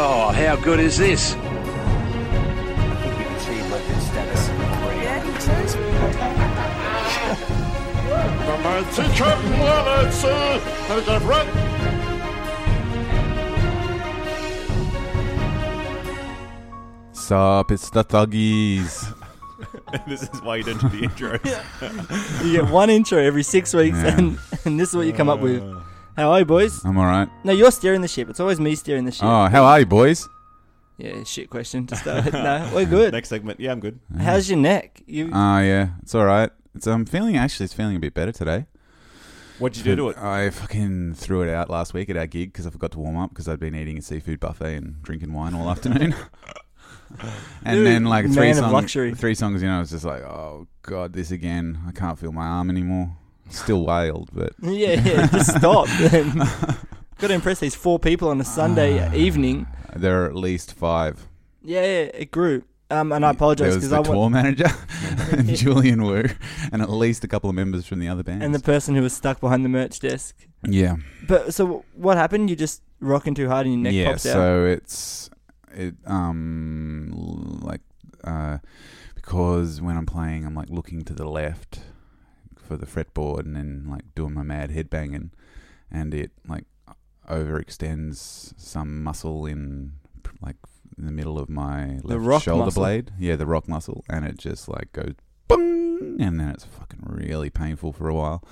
Oh, how good is this? I think we can see London status. My teacher wallets, uh, I got right. Sup, it's the Thuggies. this is why you don't do the intro. You get one intro every six weeks, Yeah. and, and this is what you come up with. Hello, boys. I'm alright. No, you're steering the ship. It's always me steering the ship. Oh, how are you, boys? Yeah, shit question to start. with. no, we're good. Next segment. Yeah, I'm good. How's your neck? You Ah, yeah, it's alright. It's, I'm feeling, actually, it's feeling a bit better today. What'd you do to it? I fucking threw it out last week at our gig because I forgot to warm up because I'd been eating a seafood buffet and drinking wine all afternoon. and Dude, then like man three of songs, luxury. three songs, you know, I was just like, oh god, this again. I can't feel my arm anymore. Still wailed, but yeah, yeah. Just stop. Got to impress these four people on a Sunday evening. there are at least five. Yeah, yeah, it grew. Um, and I apologize There was because the I tour want manager and Julian Wu, and at least a couple of members from the other bands. and the person who was stuck behind the merch desk. yeah, But so what happened? You just rocking too hard and your neck yeah. pops out. so it's it um l- like uh because when I'm playing, I'm like looking to the left for the fretboard, and then like doing my mad headbanging, and it like overextends some muscle in like in the middle of my left rock shoulder muscle. blade. Yeah, the rock muscle, and it just like goes boom, and then it's fucking really painful for a while.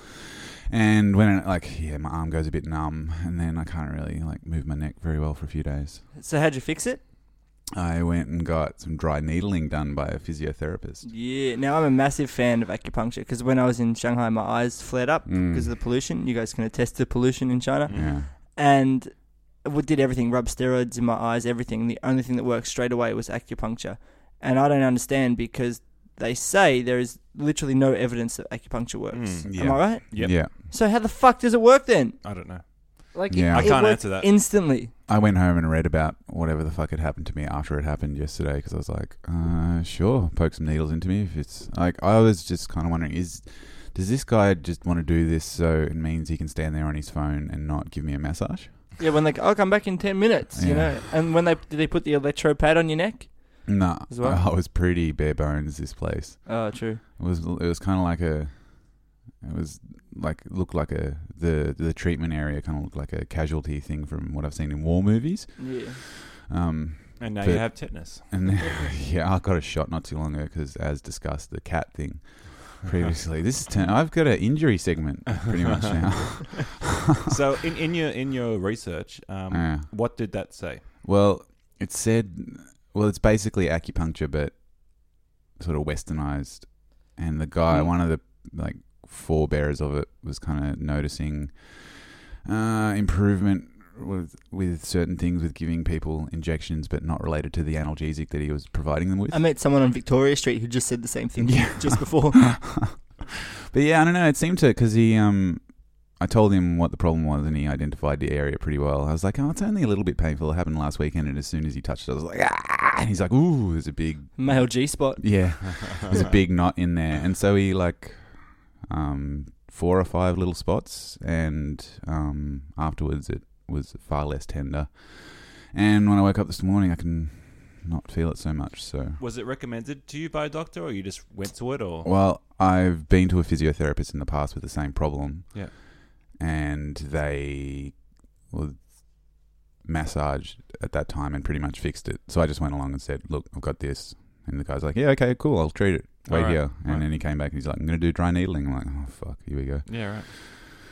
And when it, like yeah, my arm goes a bit numb, and then I can't really like move my neck very well for a few days. So how'd you fix it? I went and got some dry needling done by a physiotherapist. Yeah. Now I'm a massive fan of acupuncture because when I was in Shanghai, my eyes flared up Mm. because of the pollution. You guys can attest to pollution in China. Yeah, And we did everything, rubbed steroids in my eyes, everything. The only thing that worked straight away was acupuncture. And I don't understand because they say there is literally no evidence that acupuncture works. Mm, Am yeah. I right? Yep. yeah. So how the fuck does it work then? I don't know. Like Yeah. it, I it can't worked answer that. instantly. I went home and read about whatever the fuck had happened to me after it happened yesterday because I was like, uh, sure, poke some needles into me if it's like. I was just kind of wondering, is does this guy just want to do this so it means he can stand there on his phone and not give me a massage? Yeah, when they go, I'll come back in ten minutes, you Yeah. know. And when they did they put the electro pad on your neck? Nah, As well? I was pretty bare bones. This place Oh, true. it was it was kind of like a it was like looked like a the the treatment area kind of looked like a casualty thing from what I've seen in war movies. Yeah. Um, And now But- you have tetanus. And then, yeah, I got a shot not too long ago because, as discussed, the cat thing previously. this is ten, I've got an injury segment pretty much now. so in, in your in your research, um, Yeah. what did that say? Well, it said, well, it's basically acupuncture, but sort of westernized. And the guy, Mm. one of the like forebearers of it, was kind of noticing uh, improvement with with certain things, with giving people injections, but not related to the analgesic that he was providing them with. I met someone on Victoria Street who just said the same thing Yeah. just before. but yeah, I don't know. It seemed to because he, um, I told him what the problem was, and he identified the area pretty well. I was like, oh, it's only a little bit painful. It happened last weekend, and as soon as he touched it, I was like, ah! And he's like, ooh, there's a big, Male G spot. yeah, there's a big knot in there, and so he like, um, four or five little spots, and um, afterwards it was far less tender. And when I woke up this morning, I can not feel it so much. So Was it recommended to you by a doctor, or you just went to it, or Well, I've been to a physiotherapist in the past with the same problem. Yeah. And they well, massaged at that time and pretty much fixed it. So I just went along and said, look, I've got this. And the guy's like, yeah, okay, cool, I'll treat it. Wait Alright, here. And right. then he came back and he's like, I'm going to do dry needling. I'm like, oh, fuck, here we go. yeah, right.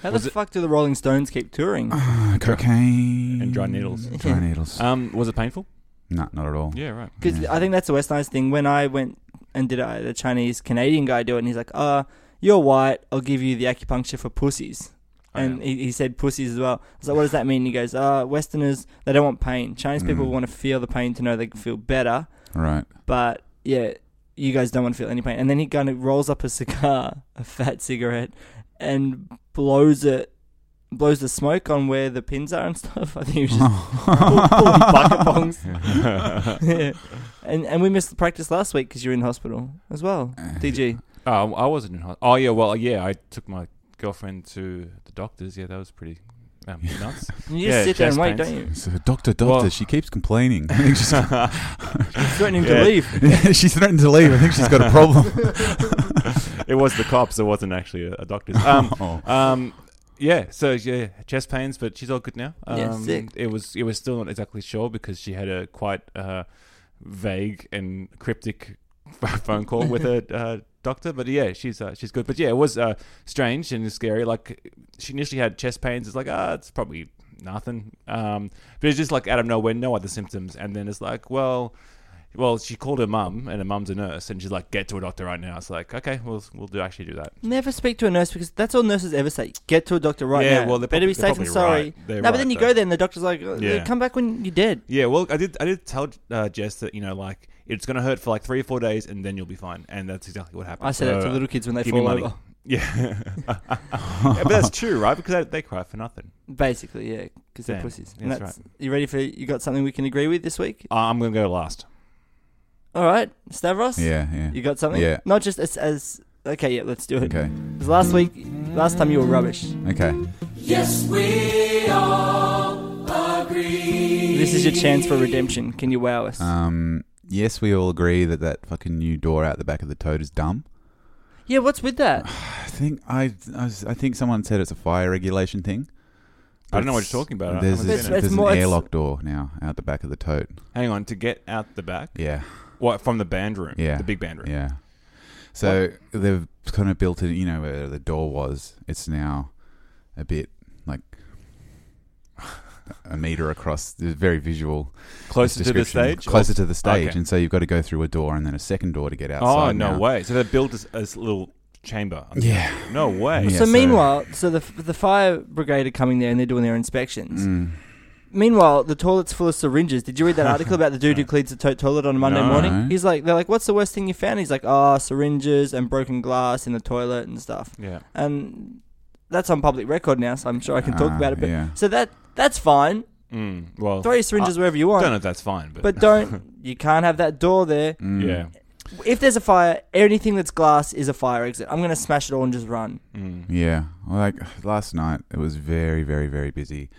How Was the it- Oh, fuck do the Rolling Stones keep touring? cocaine. and dry needles. Dry needles. Um, was it painful? no, not at all. Yeah, right. Because Yeah. I think that's the Westernized thing. When I went and did it, I had a Chinese Canadian guy do it, and he's like, "Uh, you're white. I'll give you the acupuncture for pussies." Oh, and yeah. he, he said pussies as well. I was like, "What does that mean?" He goes, "Uh, Westerners they don't want pain. Chinese people Mm. want to feel the pain to know they feel better, Right. but yeah, you guys don't want to feel any pain." And then he kind of rolls up a cigar, a fat cigarette, and blows it blows the smoke on where the pins are and stuff. I think he was just pull- pulling bucket bongs. Oh, yeah. And and we missed the practice last week because you're in hospital as well. DG. Oh, I wasn't in hospital. Oh yeah, well yeah, I took my girlfriend to the doctors. Yeah, that was pretty um, nuts. You Yeah, just sit there and chest wait, pains. don't you? So, doctor, doctor, Well- she keeps complaining. I think she's, Threatening Yeah. to leave. she's threatened to leave. I think she's got a problem. it was the cops. It wasn't actually a, a doctor's. Um, Oh. um, yeah. So yeah, chest pains, but she's all good now. Um, Yeah, sick. It was it was still not exactly sure because she had a quite uh, vague and cryptic phone call with a uh, doctor. But yeah, she's uh, she's good. But yeah, it was uh, strange and scary. Like she initially had chest pains. It's like ah, it's probably nothing. Um, but it's just like out of nowhere, no other symptoms, and then it's like well. Well, she called her mum, and her mum's a nurse, and she's like, "Get to a doctor right now." It's like, okay, we'll we'll do actually do that. Never speak to a nurse because that's all nurses ever say. Get to a doctor right Yeah, now. well, they're better be prob- safe they're than probably sorry. right. They're no, but right, then you though. go there and the doctor's like, "Uh, Yeah. come back when you're dead. Yeah, well, I did. I did tell uh, Jess that you know, like it's gonna hurt for like three or four days, and then you'll be fine. And that's exactly what happened. I say that to little kids when they Uh, give me fall money. over. Yeah. Yeah, but that's true, right? Because they, they cry for nothing. Basically, yeah, because they're Damn, pussies. yeah, And that's that's, You ready for? You got something we can agree with this week? Uh, I'm gonna go last. All right, Stavros. Yeah, yeah. You got something? Yeah. Not just as, as okay. Yeah, let's do it. Okay, 'Cause last week, last time you were rubbish. okay. This is your chance for redemption. Can you wow us? Um, yes, we all agree that that fucking new door out the back of the toad is dumb. yeah. What's with that? I think I, I, was- I think someone said it's a fire regulation thing. I don't know what you're talking about. I There's, haven't this- seen it. there's It's an more- it's- airlock door now out the back of the toad. Hang on, to get out the back, Yeah, what from the band room? Yeah. the big band room. yeah. So they've kind of built it. You know where the door was. It's now a bit like a meter across. It's very visual. Closer to the description. stage. Closer to the stage, Okay. and so you've got to go through a door and then a second door to get Oh outside. no now. way! So they built a, s- a s- little chamber. Yeah. No way. Yeah, so so- meanwhile, so the the fire brigade are coming there and they're doing their inspections. Mm. Mm. Meanwhile, the toilet's full of syringes. Did you read that article about the dude who cleans the to- toilet on a Monday No. morning? He's like, they're like, what's the worst thing you found? He's like, oh, syringes and broken glass in the toilet and stuff. Yeah. And that's on public record now, so I'm sure I can talk Ah, about it. But yeah. so that that's fine. Mm, well, Throw your syringes wherever you I want, don't know if that's fine, but, but don't you can't have that door there. Mm. yeah, If there's a fire, anything that's glass is a fire exit. I'm gonna smash it all and just run. mm, Yeah. Well, Like last night, it was very, very, very busy.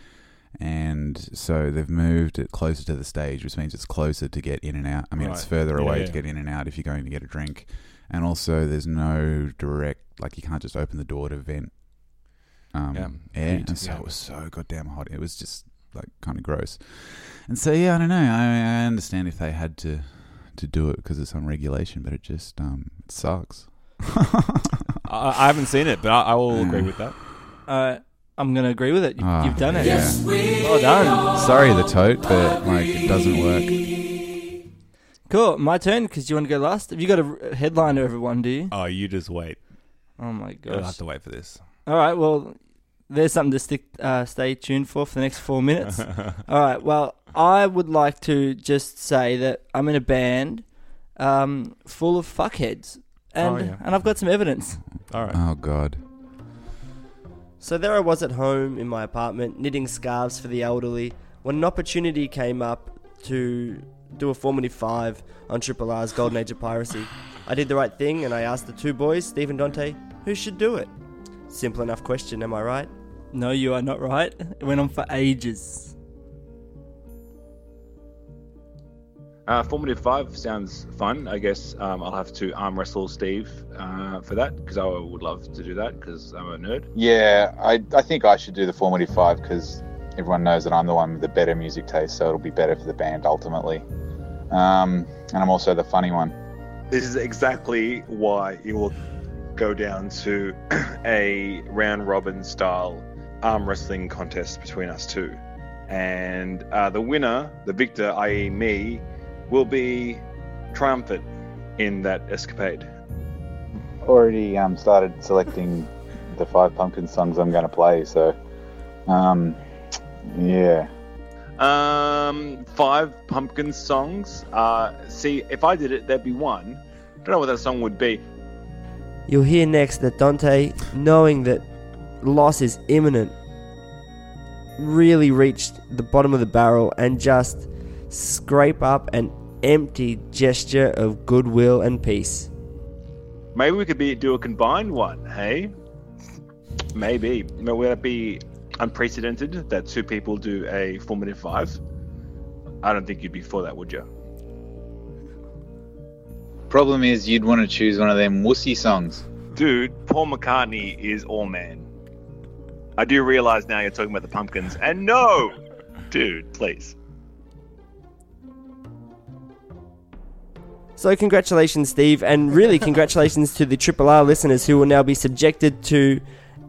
And so they've moved it closer to the stage, which means it's closer to get in and out. I mean, it's Right. further Yeah, away yeah. to get in and out if you're going to get a drink. And also, there's no direct, like, you can't just open the door to vent um, Yeah. air. Heat, And so yeah. it was so goddamn hot. It was just, like, kind of gross. And so, yeah, I don't know. I, I understand if they had to to do it because it's on regulation, but it just um, it sucks. I, I haven't seen it, but I, I will agree with that. Uh, I'm gonna agree with it. You, Ah, you've done it. yeah. Well done. Sorry, the tote, but like it doesn't work. Cool. My turn. Because you want to go last? Have you got a r- headliner, everyone? Do you? Oh, you just wait. Oh my I'll have gosh. to wait for this. All right. Well, there's something to stick, uh, stay tuned for for the next four minutes. All right. Well, I would like to just say that I'm in a band um, full of fuckheads, and Oh, yeah. and I've got some evidence. All right. Oh god. So there I was at home in my apartment knitting scarves for the elderly when an opportunity came up to do a formative five on Triple R's Golden Age of Piracy. I did the right thing and I asked the two boys, Steve and Dante, who should do it? Simple enough question, am I right? No, you are not right. It went on for ages. Uh, Formative Five sounds fun. I guess um, I'll have to arm wrestle Steve uh, for that because I would love to do that because I'm a nerd. Yeah, I, I think I should do the formative five because everyone knows that I'm the one with the better music taste, so it'll be better for the band ultimately. Um, and I'm also the funny one. This is exactly why you will go down to a round robin style arm wrestling contest between us two. And uh, the winner, the victor, i.e., me, will be triumphant in that escapade. Already um, started selecting the five pumpkin songs I'm going to play, so um, yeah. Um, five pumpkin songs. Uh, see, if I did it, there'd be one. I don't know what that song would be. You'll hear next that Dante, knowing that loss is imminent, really reach the bottom of the barrel and just scrape up an empty gesture of goodwill and peace. Maybe we could be do a combined one, hey? Maybe. May- Would that be unprecedented that two people do a formative five? I don't think you'd be for that, would you? Problem is, you'd want to choose one of them wussy songs. Dude, Paul McCartney is all man. I do realize now you're talking about the pumpkins, and no! Dude, please. So, congratulations, Steve, and really congratulations to the Triple R listeners who will now be subjected to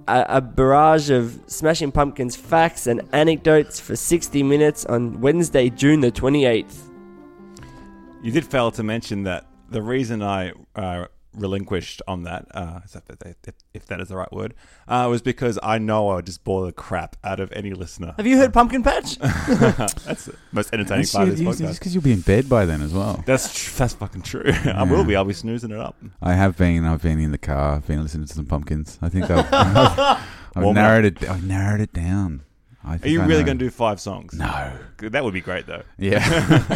a, a barrage of Smashing Pumpkins facts and anecdotes for 60 minutes on Wednesday, June the 28th. You did fail to mention that the reason I uh, relinquished on that, uh, is that- if, if that is the right word, uh, was because I know I would just bore the crap out of any listener. Have you heard Pumpkin Patch? that's the most entertaining That's part you, of this you- podcast. it's 'cause you'll be in bed by then as well. That's tr- that's fucking true. I will be. I'll be snoozing it up. I have been. I've been in the car. I've been listening to some pumpkins. I think I've, I've, I've Warm up. narrowed it. I've narrowed it down. I Are think you I really know. going to do five songs? No. That would be great though. Yeah.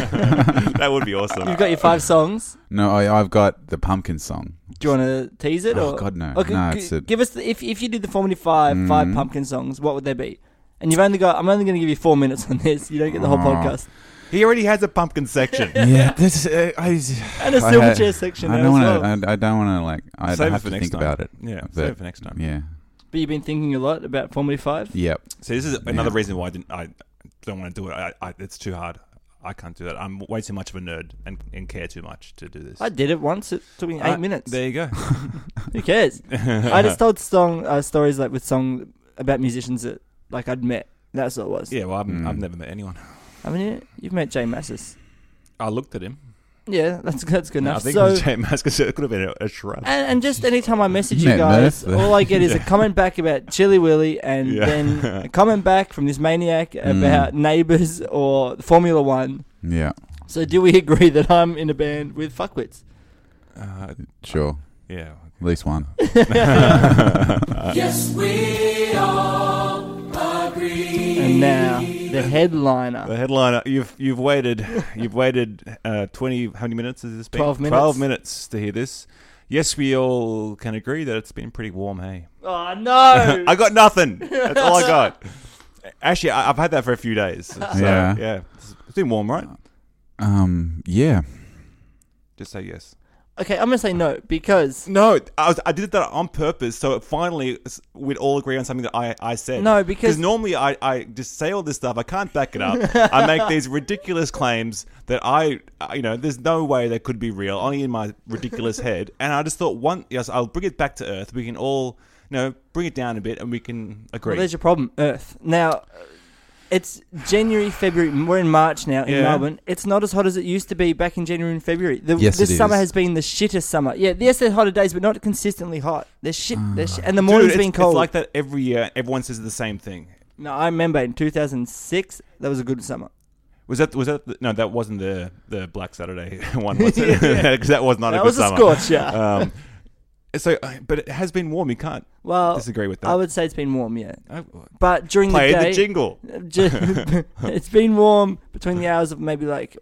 that would be awesome. You've got your five songs. no, I, I've got the pumpkin song. Do you want to tease it? Oh, or? God, no. Okay, No, g- it's a- give us the, if if you did the formative 5 five Mhm. pumpkin songs, what would they be? And you've only got I'm only going to give you four minutes on this. You don't get the whole Oh. podcast he already has a pumpkin section. Yeah. This, uh, I, and a I silver had- chair section I now don't as want well. to. I, I don't want to like. I Save it have for to next think time. about it. Yeah, But- save it for next time. Yeah. but you've been thinking a lot about formative five. Yep. See, this is another Yeah. reason why I didn't. I don't want to do it. I, I, it's too hard. I can't do that. I'm way too much of a nerd and, and care too much to do this. I did it once. It took me eight Uh, minutes. There you go. Who cares? I just told song uh, stories like with song about musicians that like I'd met. That's all it was. yeah. Well, I've, I've Mm. never met anyone. I mean, you, you've met Jay Massis. I looked at him. Yeah, that's that's good I enough. think so Uh, it was Jay Mask. It could have been a, a shrug. And, and just anytime I message You you met guys, Murph. all I get is a comment back about Chili Willy and Yeah. Hmm. then a comment back from this maniac about Neighbours or Formula One. Yeah. So do we agree that I'm in a band with fuckwits? Uh, Sure. yeah. At least one. And now the headliner. The headliner. You've you've waited. You've waited uh, twenty. How many minutes has this been? 12 minutes. Twelve minutes to hear this. Yes, we all can agree that it's been pretty warm. Hey. Oh no! I got nothing. That's all I got. Actually, I, I've had that for a few days. So, yeah. Yeah. It's- It's been warm, right? Um. Yeah. Just say yes. Okay, I'm gonna say no because No, I, was, I did that on purpose. So it finally, s- we'd all agree on something that I, I said. No, because- normally I, I just say all this stuff. I can't back it up. I make these ridiculous claims that I, I- you know, there's no way they could be real, only in my ridiculous head. And I just thought, one, yes, I'll bring it back to earth. We can all, you know, bring it down a bit and we can agree. well, there's your problem, Earth. Now. It's January, February. We're in March now in Yeah. Melbourne. It's not as hot as it used to be back in January and February. The, Yes, this it summer is. has been the shittest summer. Yeah, yes, there's hotter days, but not consistently hot. There's shit. There's shit and the morning's Ah. Dude, it's, been cold. It's like that every year. Everyone says the same thing. No, I remember in 2006, that was a good summer. Was that was that the, no? That wasn't the the Black Saturday one, was it? Because that was not a that good was summer. a scorch, yeah. Um, so, uh, but it has been warm. You can't well, disagree with that. Oh, I would say it's been warm, yeah. I- But during play the the, day, jingle. ju- it's been warm between the hours of maybe like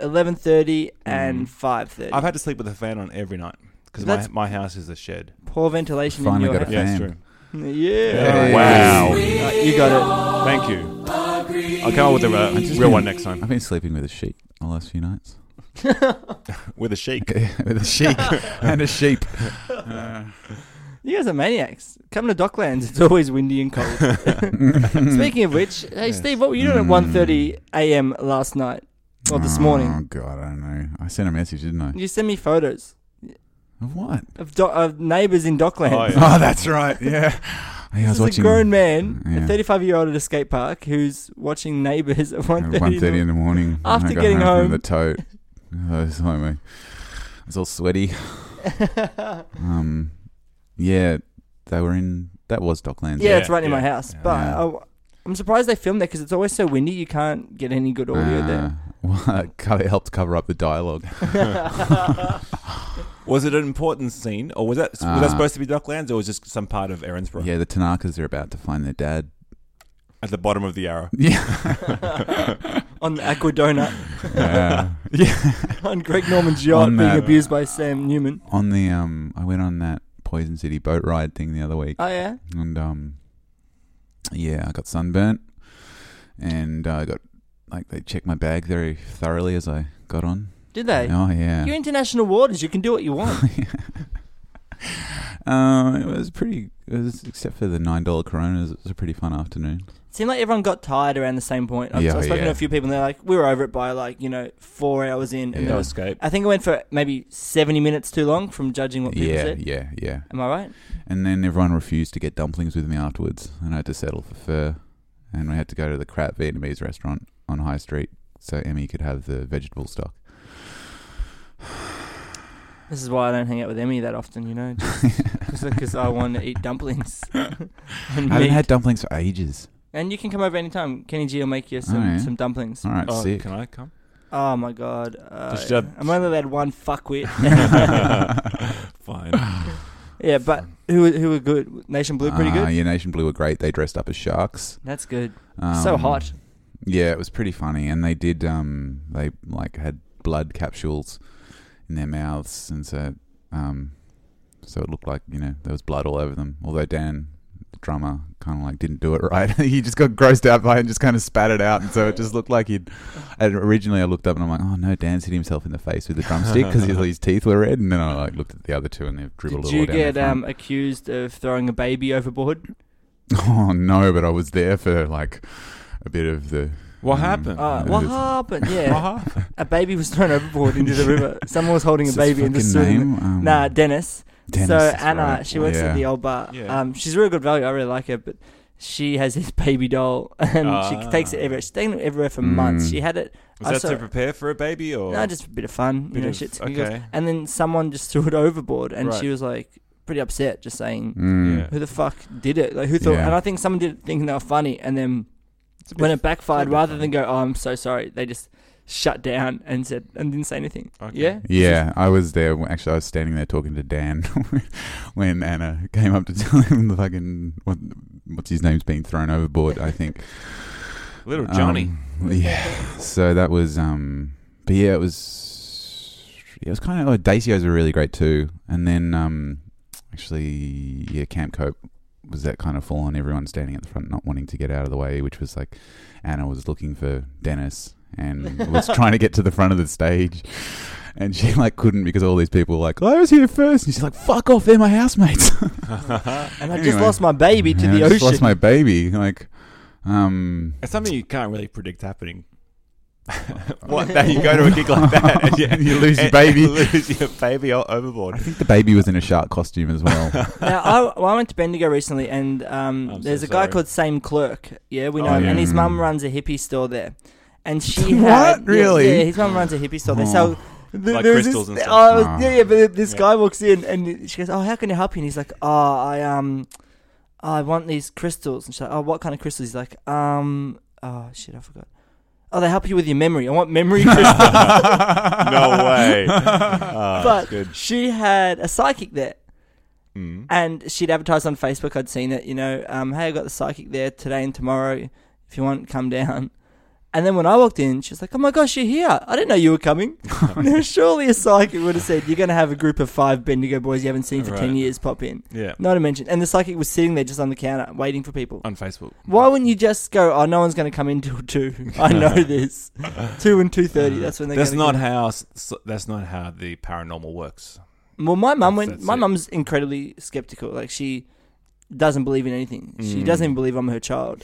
11:30 and 5:30. Mm. I've had to sleep with a fan on every night because my That's- my house is a shed. Poor ventilation in Finally your got a house. Yeah, it's fan. true. Yeah. Wow. Right, you got Thank you. I'll come up with a uh, just real been- one next time I've been sleeping with a sheep the last few nights. with a sheik. with a sheep and a sheep. it. You guys are maniacs. Come to Docklands. It's always windy and cold. Mm. Speaking of which, hey Steve, what were you doing at 1:30 a.m. last night or this Oh morning? God, I don't know. I sent a message, didn't I? You sent me photos. Of what? of, do- of neighbours in Docklands. Oh, yeah. Oh, that's right. Yeah. I This was is watching a grown man, a Yeah. 35 year old at a skate park who's watching Neighbours at 1.30. One thirty in the morning. when After I got getting home home. from the tote. Oh, it's like my- I was all sweaty. Um, yeah, they were in. That was Docklands. yeah, it's right near yeah, my house. But Yeah. I, am surprised they filmed there because it's always so windy. You can't get any good audio there. Uh, well, it helped cover up the dialogue. Ah. Was it an important scene, or was that was Uh, that supposed to be Docklands, or was just some part of Erinsborough? Yeah, the Tanakas are about to find their dad. at the bottom of the arrow. Yeah. on the Aqua Donut yeah. yeah. on Greg Norman's yacht On being that- abused by Sam Newman. On the um, I went on that Poison City boat ride thing the other week, Oh yeah, and um, yeah, I got sunburnt, and uh, I got like they checked my bag very thoroughly as I got on. did they? Oh yeah. You're international waters. You can do what you want. Um, it was pretty. It was, except for the nine dollar Coronas, it was a pretty fun afternoon. It seemed like everyone got tired around the same point. I've, Yeah, I've spoken yeah. to a few people, and they're like, "We were over it by like you know four hours in." And Yeah. there No was, escape. I think it went for maybe seventy minutes too long from judging what people Yeah, said. yeah, yeah. Am I right? And then everyone refused to get dumplings with me afterwards, and I had to settle for fur. And we had to go to the crap Vietnamese restaurant on High Street so Emmy could have the vegetable stock. This is why I don't hang out with Emmy that often. You know, just because I want to eat dumplings and I haven't meat. had dumplings for ages. and you can come over anytime. Kenny G will make you some, Oh, yeah. some dumplings. All right, Oh, sick. can I come? Oh my god. Uh, Just shove- I'm only allowed one fuckwit. Fine. yeah, but who who were good? Nation Blue, pretty Uh, good. Yeah, Nation Blue were great. They dressed up as sharks. That's good. Um, so hot. Yeah, it was pretty funny, and they did. Um, they like had blood capsules in their mouths, and so, um, so it looked like you know there was blood all over them. Although Dan, the drummer, kind of like didn't do it right. he just got grossed out by it and just kind of spat it out, and so it just looked like he'd. And originally, I looked up and I'm like, oh no, Dan's hit himself in the face with the drumstick because his, his teeth were red, and then I like looked at the other two and they've dribbled Did all you down their get front. um, accused of throwing a baby overboard? Oh no, but I was there for like a bit of the. What Mm. happened? Uh, what happened? Yeah, What happened? a baby was thrown overboard into the river. Someone was holding a What's his baby and just fucking threw them. name? Um, Nah, Dennis. Dennis, so that's Anna, right. she works Yeah. at the old bar. Yeah. Um, she's a real good value. I really like her, but she has this baby doll and she Ah. takes it everywhere. She's taken it everywhere for months. Mm. She had it. Was I that saw- to prepare for a baby or? No, just a bit of fun, you Bit know, of- shit. okay. And then someone just threw it overboard, and Right. she was like pretty upset, just saying, Mm. Yeah. "Who the fuck did it? Like who thought?" Yeah. And I think someone did it thinking they were funny, and then when it backfired, rather than go, "Oh, I'm so sorry," they just shut down and said and didn't say anything. Okay. Yeah, Yeah, I was there. Actually, I was standing there talking to Dan when Anna came up to tell him the fucking what, what's his name's been thrown overboard. I think Little Johnny. Um, yeah. So that was um. But yeah, it was. Yeah, it was kind of. Oh, Dacios were really great too. And then um, actually, yeah, Camp Cope was that kind of full on everyone standing at the front, not wanting to get out of the way, which was like Anna was looking for Dennis and was trying to get to the front of the stage. And she like couldn't because all these people were like, I was here first. And she's like, fuck off, they're my housemates. and I just Anyway. lost my baby to And the I just ocean. lost my baby. Like, um, It's something you can't really predict happening. What? That you go to a gig like that and you, And you lose your and- baby. and lose your baby o- overboard. I think the baby was in a shark costume as well. now, I, well, I went to Bendigo recently, and um, I'm so there's a guy sorry. called Same Clerk. Yeah, we know Oh, him, yeah. and his mum runs a hippie store there. And she What? had yeah, Really? Yeah, his mum runs a hippie store. They Oh. sell th- Like there was crystals this, and stuff. oh, I was- Ah. yeah, yeah, but this guy walks in and she goes, "Oh, how can I help you?" And he's like, "Oh, I um, I want these crystals." And she's like, "Oh, what kind of crystals?" He's like, "Um, oh shit, I forgot." Oh, they help you with your memory. I want memory crystals. no way. Ah, but good. she had a psychic there. Mm. And she'd advertised on Facebook. I'd seen it, you know. Um, hey, I got the psychic there today and tomorrow. If you want, come down. And then when I walked in, she was like, "Oh my gosh, you're here! I didn't know you were coming." Now, Surely a psychic would have said, "You're going to have a group of five Bendigo boys you haven't seen for ten Right. years pop in." Yeah. Not to mention, and the psychic was sitting there just on the counter waiting for people. On Facebook. Why wouldn't you just go? Oh, no one's going to come in till two. I know this. two and two thirty. That's when they're. That's gonna not come. how. s- s- That's not how the paranormal works. Well, my mum That's- went. that's My it. mum's incredibly skeptical. Like she doesn't believe in anything. She Mm. doesn't even believe I'm her child.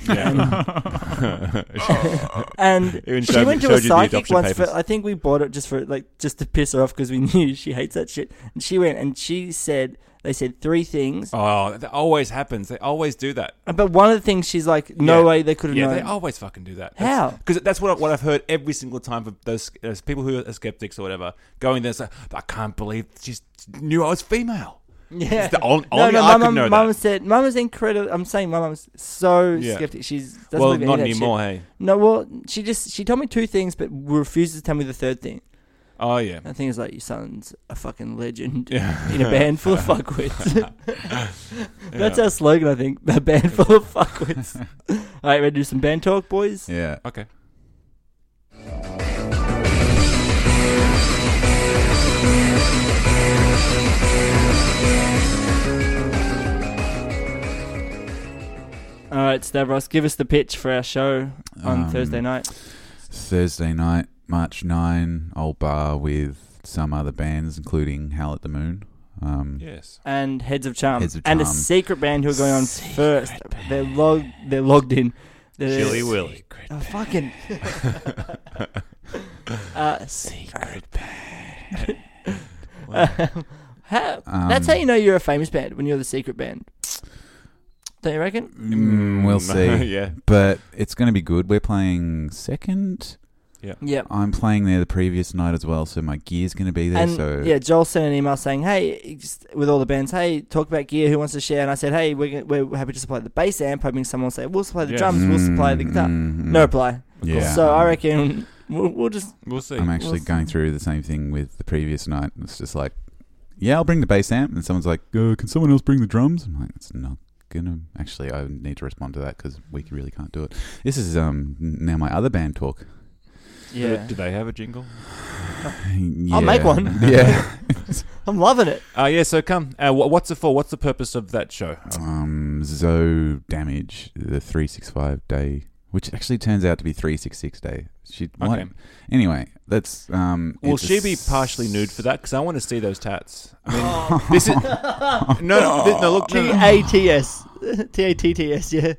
And, and Even she showed- went to showed you a the psychic adoption once. papers. For, I think we bought it just for like just to piss her off because we knew she hates that shit. And she went and she said they said three things. oh, that always happens. They always do that. But one of the things she's like, no Oh. Yeah. way they could have Yeah, known. they always fucking do that. How? Because that's what what I've heard every single time from those, those people who are skeptics or whatever going there. It's like, I can't believe she knew I was female. yeah. It's the on- no, only no, I my could mum, know mum that. said, mum is incredible. I'm saying my mum's so Yeah. skeptic. She's doesn't Well, believe in not any of that shit. anymore. Hey. No, well, she just she told me two things, but refuses to tell me the third thing. Oh yeah. I think it's like your son's a fucking legend Yeah. Ah, in a band full of fuckwits. That's Yeah. our slogan, I think. A band full of fuckwits. All right, ready to do some band talk, boys? Yeah. Okay. All right, Stavros, give us the pitch for our show on Um, Thursday night. Thursday night, March 9, old bar with some other bands, including Howl at the Moon. Um, Yes. And Heads of Charm. Heads of And a Charm. secret band who are going on first. They're logged. They're logged in. They're Chilly Willy. Oh, fucking. uh, secret band. um, how, that's how Um, you know you're a famous band when you're the secret band. Don't you reckon? mm, we'll see. yeah. But it's going to be good. We're playing second. Yep. I'm playing there the previous night as well, so my gear's going to be there. And so yeah, Joel sent an email saying, "Hey, ex- with all the bands, hey, talk about gear. Who wants to share?" And I said, "Hey, we're, gonna, we're happy to supply the bass amp, hoping someone will say we'll supply the Yeah. drums, we'll supply the Mm, guitar." mm, mm. No reply. Yeah. So I reckon we'll, we'll just We'll see. I'm actually Awesome. going through the same thing with the previous night. It's just like, yeah, I'll bring the bass amp, and someone's like, uh, can someone else bring the drums? I'm like, it's not gonna. Actually, I need to respond to that because we really can't do it. This is um now my other band talk. yeah. Do they have a jingle? Yeah. make one. Yeah. I'm loving it. Uh, yeah, so come. Uh, wh- what's it for? What's the purpose of that show? um, Zo damage the three six five day, which actually turns out to be three six six day. She what? Okay. Anyway, that's um. Will it's a she be s- partially nude for that? Because I want to see those tats. I mean, this is no, no, thi- no, look, T no, no. A T S. T A T T S, yeah.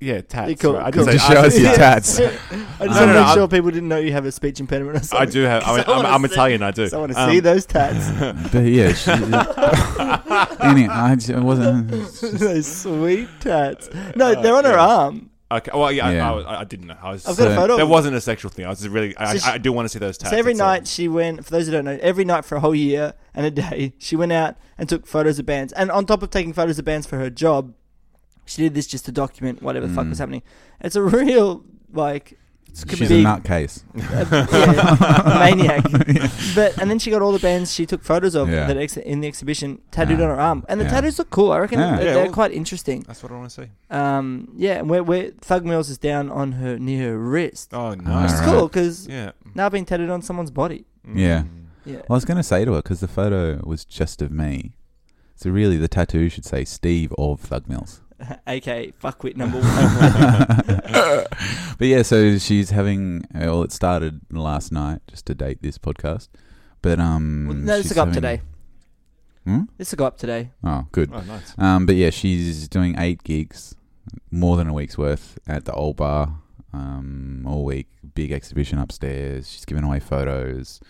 yeah, tats. Cool, right. I cool. didn't Just say- show us your Yeah. tats. I just No, want no, to no, make I'm- sure people didn't know you have a speech impediment or I something. do have. I mean, I I'm, wanna I'm see- Italian. I do. So I want to Um, see those tats. But yeah, she, any, I j- I wasn't. it's just- those sweet tats. No, they're on her arm. Okay. Well, yeah, I- Yeah. I, was- I, I didn't know. I was. I've got a So- photo. There of wasn't a sexual thing. I was just really. I, So she- I, I do want to see those tats. So every that's all. night she went. For those who don't know, every night for a whole year and a day, she went out and took photos of bands. And on top of taking photos of bands for her job, she did this just to document whatever the fuck Mm. was happening. It's a real like could She's be- a nutcase. yeah, maniac. But and then she got all the bands she took photos of Yeah. that that ex- in the exhibition tattooed Yeah. on her arm, and the Yeah. tattoos look cool. I reckon Yeah. they're, Yeah, they're well- quite interesting. That's what I want to see. Um, yeah, and we're, we're Thug Mills is down on her near her wrist. Oh no. All It's right. cool because Yeah. Mm. now being tatted on someone's body. Yeah. Yeah. Well, I was going to say to her because the photo was just of me. So really, the tattoo should say Steve of Thug Mills. Okay, fuckwit number one. but yeah, so she's having. Well, it started last night just to date this podcast. But um, Well, no, this she's will go up having- today. Hmm? This will go up today. Oh, good. Oh, nice. Um, but yeah, she's doing eight gigs, more than a week's worth at the old bar um, all week. Big exhibition upstairs. She's giving away photos.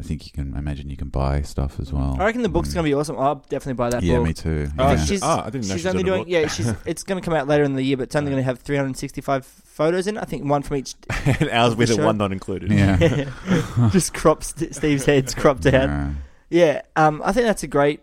I think you can I imagine you can buy stuff as well. Mm. I reckon the book's gonna be awesome. I'll definitely buy that Oh. Yeah, book. me too. Oh, yeah. she- She's, Ah, I didn't know she's she was only doing a doing book. yeah. She's it's gonna come out later in the year, but it's only gonna have 365 photos in. it. I think one from each. and ours with it, Sure. one not included. yeah. Just crops Steve's head's cropped out. Yeah. Yeah, um, I think that's a great.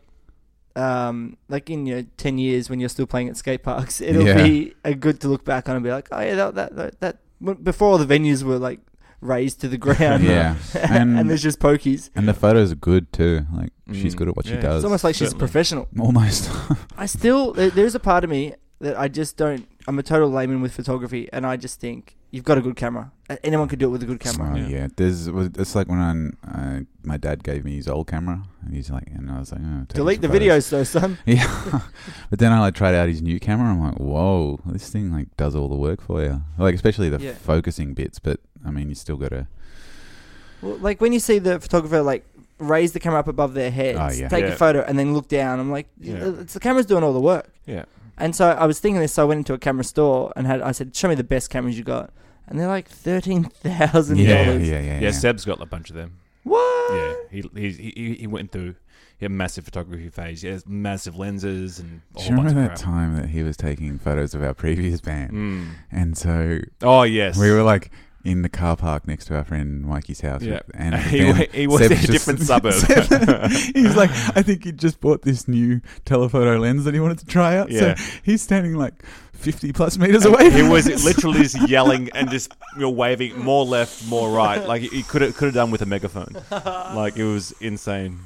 Um, like in you know, ten years when you're still playing at skate parks, it'll Yeah. be a good to look back on and be like, oh yeah, that that that, that when- before all the venues were like raised to the ground. Yeah. and, And- there's just pokies. And the photos are good too. Like she's Mm. good at what she Yeah. does. It's almost like she's a Certainly. professional. Almost. I still there- there's a part of me that I just don't. I'm a total layman with photography, and I just think you've got a good camera. A- Anyone could do it with a good camera. Oh, Yeah. yeah. There's. It's like when I, uh, my dad gave me his old camera, and he's like, and I was like, oh, take Delete the some photos. videos though, son. Yeah, but then I like tried out his new camera. I'm like, whoa, this thing like does all the work for you. Like especially the Yeah. focusing bits. But I mean, you still got to. Well, like when you see the photographer like raise the camera up above their heads, Oh, yeah. take Yeah. a photo, and then look down. I'm like, uh, Yeah. it's the camera's doing all the work. Yeah. And so I was thinking this. So I went into a camera store and had I said, "Show me the best cameras you got," and they're like thirteen thousand Yeah, yeah, dollars. yeah, yeah. Yeah, Seb's got a bunch of them. What? Yeah, he he he, he went through he had a massive photography phase. He has massive lenses and a Do whole you bunch remember of that crap. time that he was taking photos of our previous band? Mm. And so Oh yes, we were like, in the car park next to our friend Mikey's house. Yeah. and He wa- he was in a different suburb. he's like, I think he just bought this new telephoto lens that he wanted to try out. Yeah. So he's standing like fifty plus meters away. He from was us. literally just yelling and just you know, waving more left, more right. Like he could have could have done with a megaphone. Like it was insane.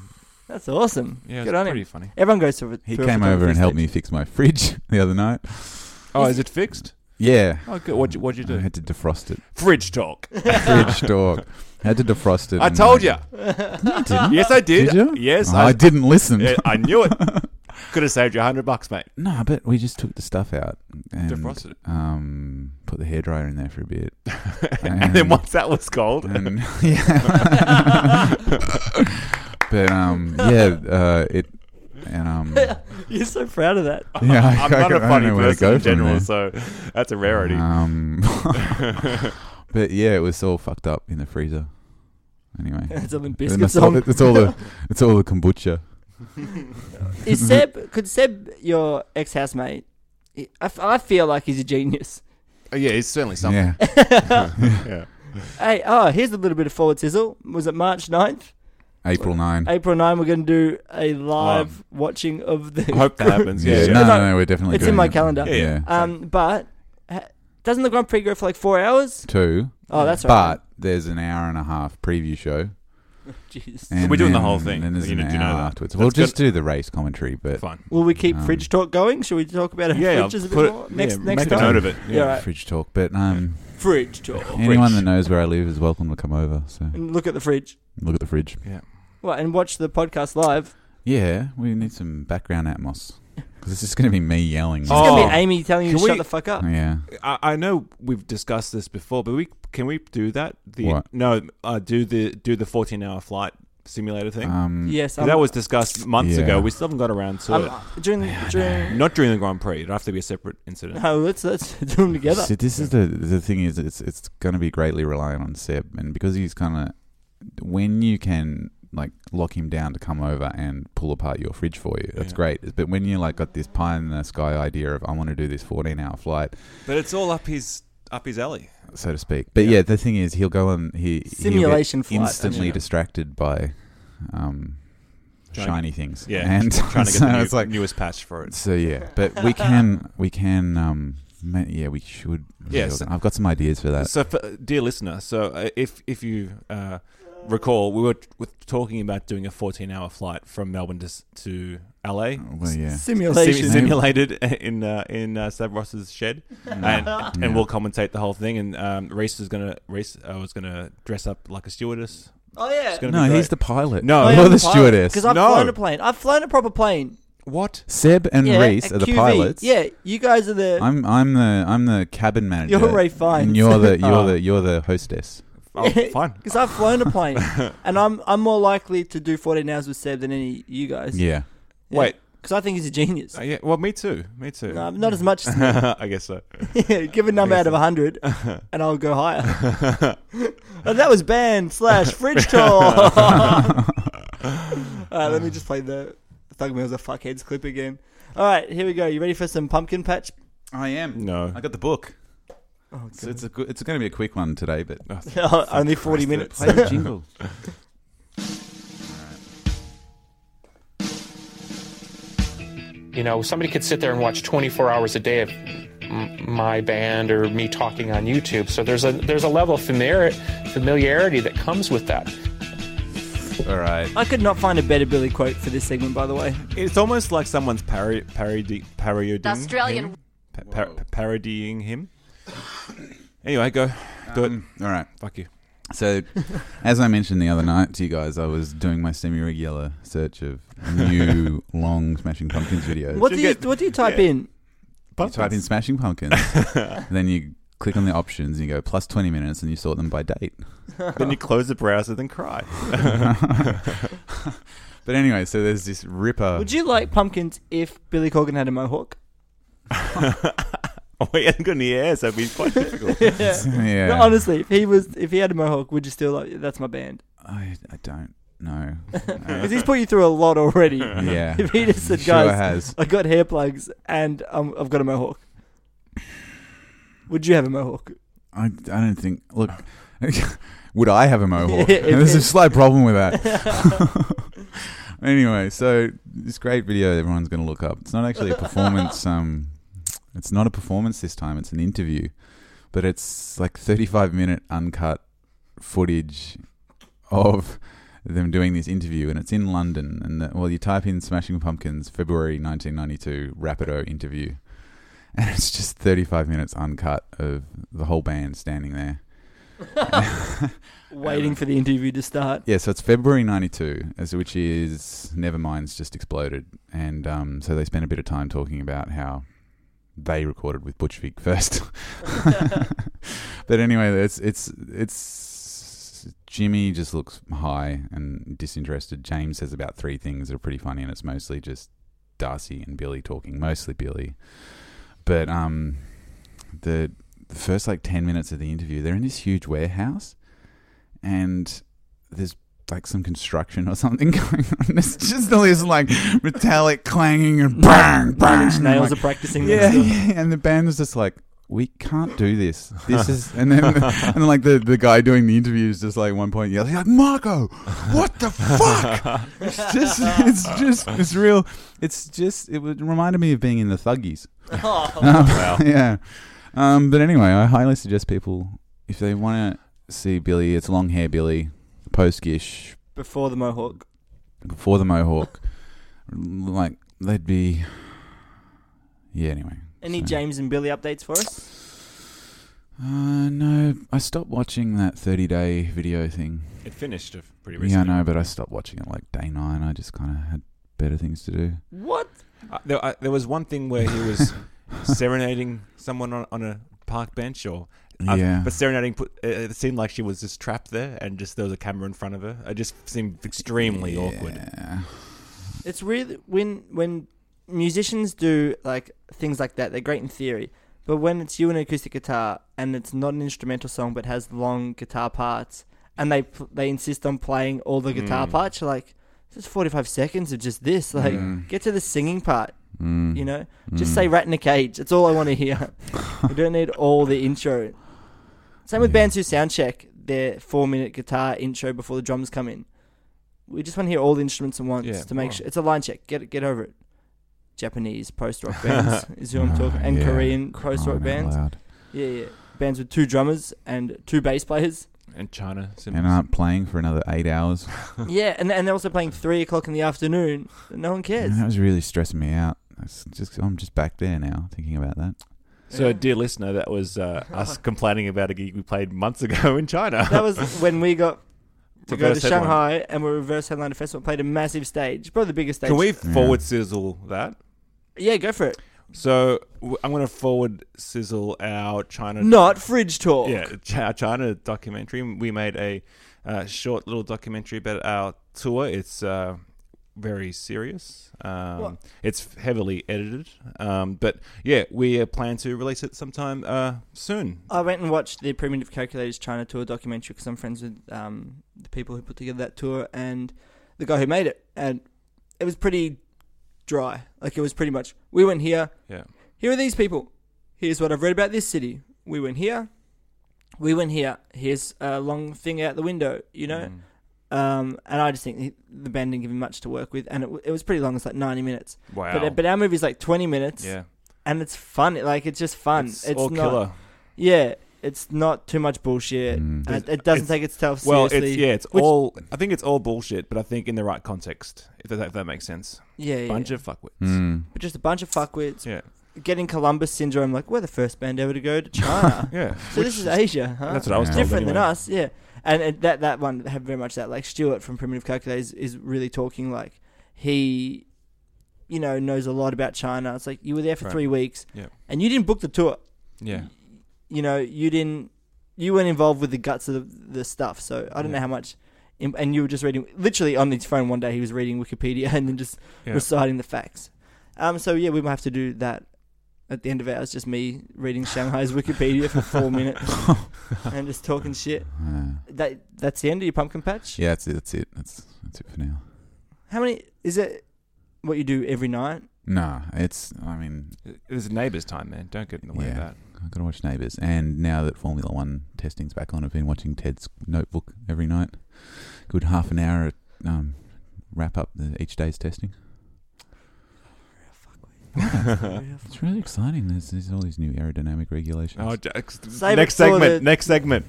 That's awesome. Yeah, it Good was on pretty him. funny. Everyone goes to. He came over and helped me fix my fridge the other night. Oh, is it fixed? Yeah. Oh, good. What'd you, what'd you I do? had to defrost it. Fridge talk. Fridge dog. Had to defrost it. I and, told like, you. didn't. Yes, I did. Did you? Yes, Oh, I, didn't listen. Yeah, I knew it. Could have saved you a hundred bucks, mate. No, but we just took the stuff out and Defrosted it. um put the hairdryer in there for a bit. And, then once that was cold, and- yeah. but um yeah, uh it and um You're so proud of that. yeah, I, I'm I not don't a funny know where to person go in from general, there. so that's a rarity. Um But yeah, it was all fucked up in the freezer. Anyway. It's a Limp And Bizkit that's all, song. that's all the it's all the kombucha. Mm-hmm. Is Seb? Could Seb, your ex housemate? I, f- I feel like he's a genius. Oh, yeah, it's certainly something. Yeah. yeah. Hey, oh, here's a little bit of forward sizzle. Was it March 9th? April 9. April 9, we're going to do a Um, live watching of the. I hope that happens. Yeah, yeah, yeah. no, It's no, on- no, we're definitely it's in doing my it. calendar. Yeah, yeah. Um, but ha- doesn't the Grand Prix go for like four hours? Two. Oh, that's right. But there's an hour and a half preview show. Jeez. And we're doing the then- whole thing. And there's You an know- do you know hour that? afterwards. That's we'll just do the race commentary, but Fine. Will we keep Um, fridge talk going? Should we talk about our Yeah, fridges a bit put it- more next yeah, next make a time? note of it. Yeah, right. fridge talk. But um, Fridge talk. anyone that knows where I live is welcome to come over. So And look at the fridge. look at the fridge. Well, and watch the podcast live. Yeah, we need some background atmos because it's just going to be me yelling. It's Oh. gonna be Amy telling you Can to shut we- the fuck up. yeah. I, I know we've discussed this before, but we can we do that? The What? no, uh, do the do the fourteen hour flight simulator thing. Um, Yes, I'm, that was discussed months Yeah. ago. We still haven't got around to I'm, it. Um, during during. Not during the Grand Prix. It'd have to be a separate incident. No, let's let's do them together. So this is the the thing is it's it's going to be greatly reliant on Seb, and because he's kind of when you can like lock him down to come over and pull apart your fridge for you, that's Yeah. great. But when you like got this pie in the sky idea of I want to do this fourteen hour flight, But it's all up his up his alley. so to speak. But yeah, the thing is he'll go and he Simulation he'll flight. get instantly Yeah. distracted by um, Trying- shiny things. Yeah, and trying to get so the new, it's like newest patch for it. so yeah, but we can we can um ma- yeah we should Yes. I've got some ideas for that. So, for, dear listener, so uh, if if you uh, recall, we were t- with talking about doing a 14 hour flight from Melbourne to s- to LA. Well, yeah. Simulation. Sim- simulated in uh, in uh, Savros's shed, and and we'll commentate the whole thing. And um, Reese is gonna Reese uh, was gonna dress up like a stewardess. oh yeah. It's gonna No, be great. he's the pilot. No. Oh, you're the stewardess. Because I've No. flown a plane. I've flown a proper plane. what? Seb and Yeah, Reese at are the QV. pilots. Yeah, you guys are the. I'm I'm the I'm the cabin manager. You're Ray Fiennes. And you're the you're Oh. the you're the hostess. Oh, fine. Because I've flown a plane, and I'm I'm more likely to do 14 hours with Seb than any you guys. Yeah. Wait. Because I think he's a genius. Uh, yeah. Well, me too. Me too. No, not as much. as- I guess so. yeah, give a number out of 100, and I'll go higher. But that was band slash fridge talk. All right, let me just play the Thug Mills a fuckheads clip again. All right, here we go. You ready for some pumpkin patch? I am. No. I got the book. Oh, So it's a good, it's going to be a quick one today, but Oh, God. Only 40 minutes. play the jingle. You know, somebody could sit there and watch 24 hours a day of m- my band or me talking on YouTube. So there's a there's a level of familiar, familiarity that comes with that. All right. I could not find a better Billy quote for this segment, by the way. It's almost like someone's parody parody parodying Australian him, Pa- par- parodying him. Anyway, go do it. Um, All right. Fuck you. So, as I mentioned the other night to you guys, I was doing my semi-regular search of new long Smashing Pumpkins videos. What do you what do you type in? You type in smashing pumpkins, and then you click on the options and you go plus 20 minutes and you sort them by date. Then you close the browser, then cry. But anyway, so there's this ripper. Would you like pumpkins if Billy Corgan had a mohawk? oh, he hasn't got any hair, so it'd be quite difficult. yeah. No, honestly, if he was if he had a mohawk, would you still like that's my band? I, I don't know. Because he's put you through a lot already. yeah. If he just said, sure "Guys, has. I got hair plugs and um, I've got a mohawk. Would you have a mohawk? I, I don't think. Look, would I have a mohawk? There's a slight problem with that. anyway, so this great video everyone's going to look up. It's not actually a performance. Um, it's not a performance this time. It's an interview, but it's like 35 minute uncut footage of them doing this interview, and it's in London. And the, well, you type in "Smashing Pumpkins February 1992 Rapido interview." And it's just 35 minutes uncut of the whole band standing there. Waiting for the interview to start. Yeah, so it's February 92, as which is Nevermind's just exploded. And um, so they spent a bit of time talking about how they recorded with Butch Vig first. but anyway, it's it's it's Jimmy just looks high and disinterested. James says about three things that are pretty funny and it's mostly just Darcy and Billy talking, mostly Billy. But um the the first like 10 minutes of the interview, they're in this huge warehouse and there's like some construction or something going on. It's just all this like metallic clanging and bang, bang. Nails and, are like, practicing Yeah, their stuff. yeah. And the band was just like, we can't do this. This is, and then, and then like the, the guy doing the interview is just like at one point yelling, like, Marco, what the fuck? It's just, it's just, it's real. It's just, it would- reminded me of being in the Thuggies. Oh. Um, Wow. Yeah. Um, but anyway, I highly suggest people, if they want to see Billy, it's long hair Billy, post gish, Before the Mohawk. before the mohawk. like, they'd be. Yeah, anyway. Any so- James and Billy updates for us? Uh, no, I stopped watching that 30 day video thing. It finished uh, pretty Yeah, I recently. know, but I stopped watching it like day nine. I just kind of had better things to do. What? Uh, there, I, there was one thing where he was serenading someone on, on a park bench or. uh, Yeah. But serenading, put, uh, it seemed like she was just trapped there and just there was a camera in front of her. It just seemed extremely awkward. It's weird when when musicians do like things like that. They're great in theory, but when it's you and an acoustic guitar and it's not an instrumental song but has long guitar parts, and they pl- they insist on playing all the guitar Mm. parts, you're like this is 45 seconds of just this. Like Mm. get to the singing part. Mm. You know, just Mm. say "rat in a cage." That's all I want to hear. I don't need all the intro. Same with bands who sound check their four-minute guitar intro before the drums come in. We just want to hear all the instruments at once Yeah, to make wow. sure it's a line check. Get get over it. Japanese post rock bands is who I'm Ah, talking, and yeah. Korean post rock Crying out bands. loud. Yeah, yeah, bands with two drummers and two bass players. And China. And uh, aren't playing for another eight hours. yeah, and and they're also playing three o'clock in the afternoon. No one cares. that was really stressing me out. That's just, I'm just back there now thinking about that. So, dear listener, that was uh, us complaining about a gig we played months ago in China. That was when we got to go to Reverse headline. Shanghai and we reverse headline festival played a massive stage, probably the biggest stage. Can we forward sizzle that? Yeah, go for it. So w- I'm going to forward sizzle our China. Not fridge talk. Uh, Yeah, Ch- our China documentary. We made a uh, short little documentary about our tour. It's uh, very serious. Um, What? it's heavily edited, um, but yeah, we uh, plan to release it sometime uh, soon. I went and watched the Primitive Calculators China tour documentary because I'm friends with um, the people who put together that tour and the guy who made it, and it was pretty dry. Like it was pretty much we went here. Yeah. Here are these people. Here's what I've read about this city. We went here. We went here. Here's a long thing out the window. You know. Mm. Um, and I just think he- the band didn't give him much to work with, and it, w- it was pretty long. It's like ninety minutes. Wow. But, but our movie's like twenty minutes. Yeah. And it's fun. Like it's just fun. It's It's, all not, killer. Mm. Yeah, it's not too much bullshit. Mm. And It, it doesn't take itself well, seriously. it's, yeah, it's which- all. I think it's all bullshit, but I think in the right context, if that, if that makes sense. Yeah, yeah. bunch of fuckwits. Mm. But just a bunch of fuckwits. Yeah. Getting Columbus syndrome, like we're the first band ever to go to China. Yeah. So this Which is is- Asia, huh? that's what I was It's told different than anyway. us, yeah. And, and that that one had very much that. Like Stuart from Primitive Calculators is really talking like he, you know, knows a lot about China. It's like you were there for Right. three weeks, Yeah. and you didn't book the tour. Yeah. you know, you didn't, you weren't involved with the guts of the, the stuff. So I don't know how much, im- and you were just reading, literally on his phone one day, he was reading Wikipedia and then just Yeah. reciting the facts. Um, so yeah, we might have to do that at the end of it. It's just me reading Shanghai's Wikipedia for four minutes and just talking shit. That that's the end of your pumpkin patch. Yeah, that's it. That's it. That's that's it for now. How many is it? What you do every night? Nah, it's. I mean, It was neighbours' time, man. Don't get in the way Yeah. of that. I've got to watch Neighbours. And now that Formula One testing's back on, I've been watching Ted's Notebook every night. Good half an hour um, wrap up the, each day's testing. it's really exciting. There's, there's all these new aerodynamic regulations. Oh, j- ex- Save next it for segment. the- Next segment.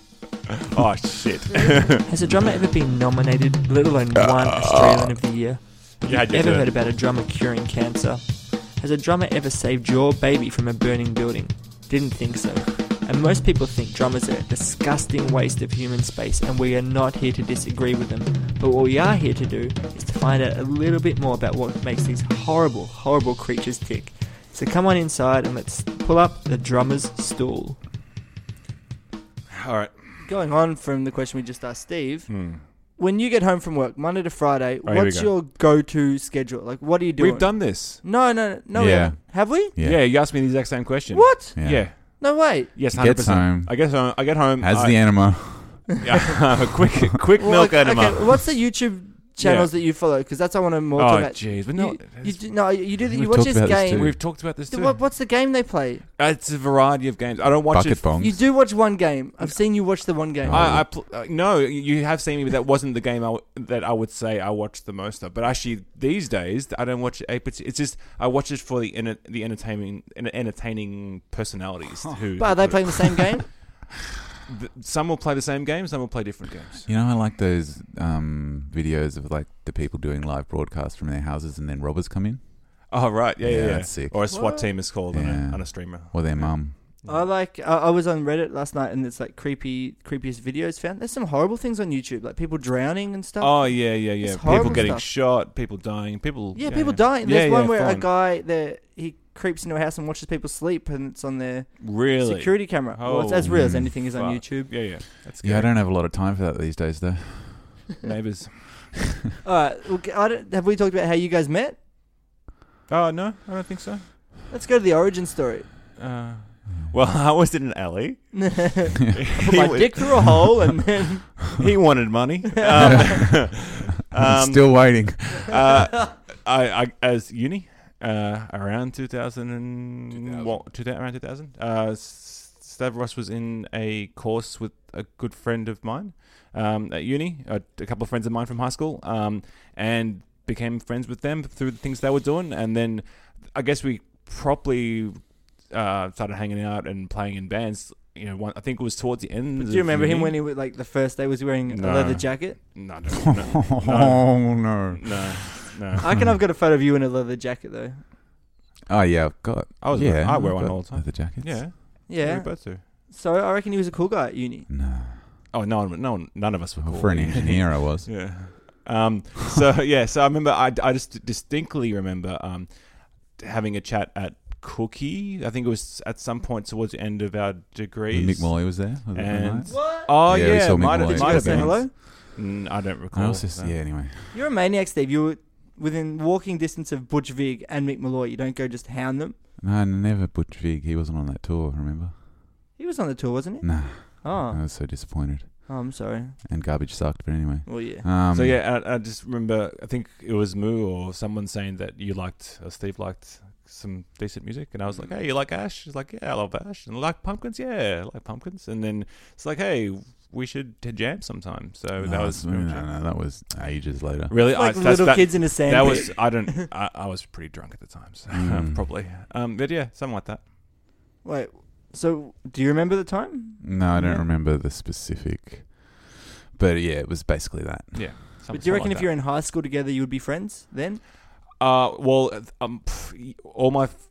oh shit! Has a drummer ever been nominated, let alone won Australian of the Year? Have You had you your ever turn. heard about a drummer curing cancer? Has a drummer ever saved your baby from a burning building? Didn't think so. And most people think drummers are a disgusting waste of human space, and we are not here to disagree with them. But what we are here to do is to find out a little bit more about what makes these horrible, horrible creatures tick. So come on inside and let's pull up the drummer's stool. All right. Going on from the question we just asked Steve, Hmm. when you get home from work Monday to Friday, Oh, here we what's go. your go-to schedule? Like, what are you doing? We've done this. No, no, no. we Yeah. haven't. Have we? Yeah. you asked me the exact same question. What? Oh, Yeah. No, wait. Yes, He hundred gets home. percent. I guess I, I get home. As I, the enema. Yeah, quick, quick Well, milk okay, enema. okay, what's the YouTube channels that you follow? Because that's what I want to more Oh, talk about. jeez, but no, you, you do, no, you do. that. We've You watch talked this about this game. too. We've talked about this So too. What, what's the game they play? It's a variety of games. I don't watch Bucket it. bong. You do watch one game. I've seen you watch the one game. I, I pl- uh, no, you have seen me, but that wasn't the game I w- that I would say I watched the most of. But actually, these days I don't watch a parti- It's just I watch it for the enter- the entertaining en- entertaining personalities. Who but are they who put playing it. the same game? Th- some will play the same game, some will play different games. You know, I like those um, videos of like the people doing live broadcasts from their houses, and then robbers come in. Oh right, yeah, yeah, yeah. that's sick. Or a SWAT team is called on, Yeah. a, on a streamer. Or their mum. I like. I, I was on Reddit last night, and it's like creepy, creepiest videos found. There's some horrible things on YouTube, like people drowning and stuff. Oh yeah, yeah, yeah. It's people horrible getting stuff. shot, people dying, people. Yeah, people dying. There's Yeah, one yeah, where fine. a guy that he creeps into a house and watches people sleep, and it's on their Really? security camera. well, it's as Oh, real as anything is on fuck. YouTube. Yeah, yeah. That's Yeah, I don't have a lot of time for that these days, though. Neighbors. All right. Well, g- I don't, have we talked about how you guys met? Oh no, I don't think so. Let's go to the origin story. Uh, well, I was in an alley. I put He my was- dick through a hole, and then he wanted money. Um, um, Still waiting. uh, I, I as uni uh, around 2000 and what 2000, around 2000 uh, S- Stavros was in a course with a good friend of mine um, at uni a, a couple of friends of mine from high school um, and became friends with them through the things they were doing and then I guess we properly uh, started hanging out and playing in bands you know one, I think it was towards the end do of you remember him uni. when he was like the first day was wearing a No. leather jacket? no, no, no, no, oh no! no, no. I can. I've got a photo of you in a leather jacket though. Oh yeah, I've got. I was- yeah, I wear I've one got all the time. Leather jackets. Yeah. Yeah. We both do. So I reckon he was a cool guy at uni. No. Oh no, one- no, one- none of us were cool. for an engineer, I was. yeah. Um. So yeah. So I remember. I, I just distinctly remember um having a chat at Cookie. I think it was at some point towards the end of our degrees. Mick Molly was there. Was it that and night? oh Yeah, yeah, we saw Mick might have, Molly might have at been. Bands. Mm, I don't recall. I also s- that. yeah. Anyway, You're a maniac, Steve. You were within walking distance of Butch Vig and Mick Malloy. You don't go just hound them. no, never Butch Vig. He wasn't on that tour. Remember? He was on the tour, wasn't he? Nah. Oh. I was so disappointed. oh, I'm sorry. And garbage sucked. But anyway. Well, yeah. Um, so yeah, I, I just remember. I think it was Moo or someone saying that you liked, uh, Steve liked some decent music, and I was like, "Hey, you like Ash?" She's like, "Yeah, I love Ash." And like pumpkins, yeah, I like pumpkins. And then it's like, "Hey, we should t- jam sometime." So that no, was no, no, no, that was ages later. really It's like I, that's- little that- kids in a sand That pit. was I don't. I, I was pretty drunk at the time, so Mm. probably. Um, but yeah, something like that. Wait. So do you remember the time? No, I don't Yeah. remember the specific. But yeah, it was basically that. Yeah. But do you reckon if you're in high school together, you would be friends then? Uh, well, um, pff, all my f-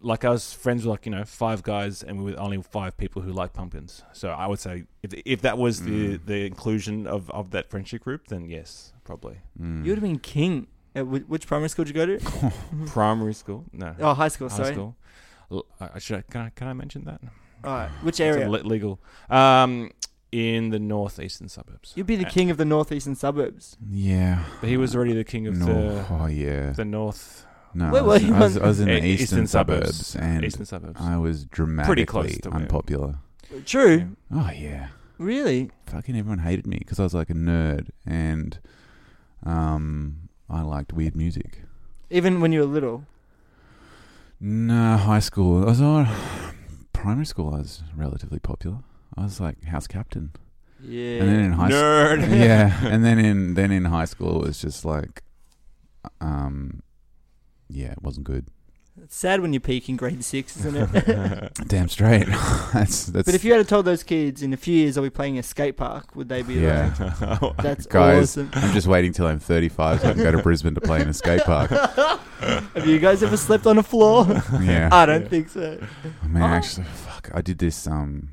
like I was friends with like you know five guys, and we were only five people who like pumpkins. So I would say if if that was the the inclusion of of that friendship group, then yes, probably Mm. You would have been king. At whi- which primary school did you go to? primary school. No, Mm-hmm. Oh, high school. high Sorry. school. L- I- should I, can I can I mention that? All right. Which It's area? le- legal. Um, in the northeastern suburbs. You'd be the king of the northeastern suburbs. Yeah. But he was already the king of North. the oh yeah. the north. No, Where I were was, you I was, on- I was in the Eh, eastern, eastern suburbs, suburbs. and Eastern suburbs. I was dramatically Pretty close to where- unpopular. True. Oh yeah, Really? fucking everyone hated me because I was like a nerd, and um, I liked weird music. Even when you were little. No, high school. I was on primary school, I was relatively popular. I was like house captain. Yeah. And then in high Nerd. School, yeah. And then in then in high school, it was just like, um, yeah, it wasn't good. It's sad when you peak in grade six, isn't it? Damn straight. that's that's. but if you had told those kids in a few years I'll be playing a skate park, would they be yeah, like, "That's guys, awesome"? I'm just waiting till I'm 35 so I can go to Brisbane to play in a skate park. Have you guys ever slept on a floor? Yeah. I don't Yeah. think so. I mean, Oh. actually, fuck. I did this um,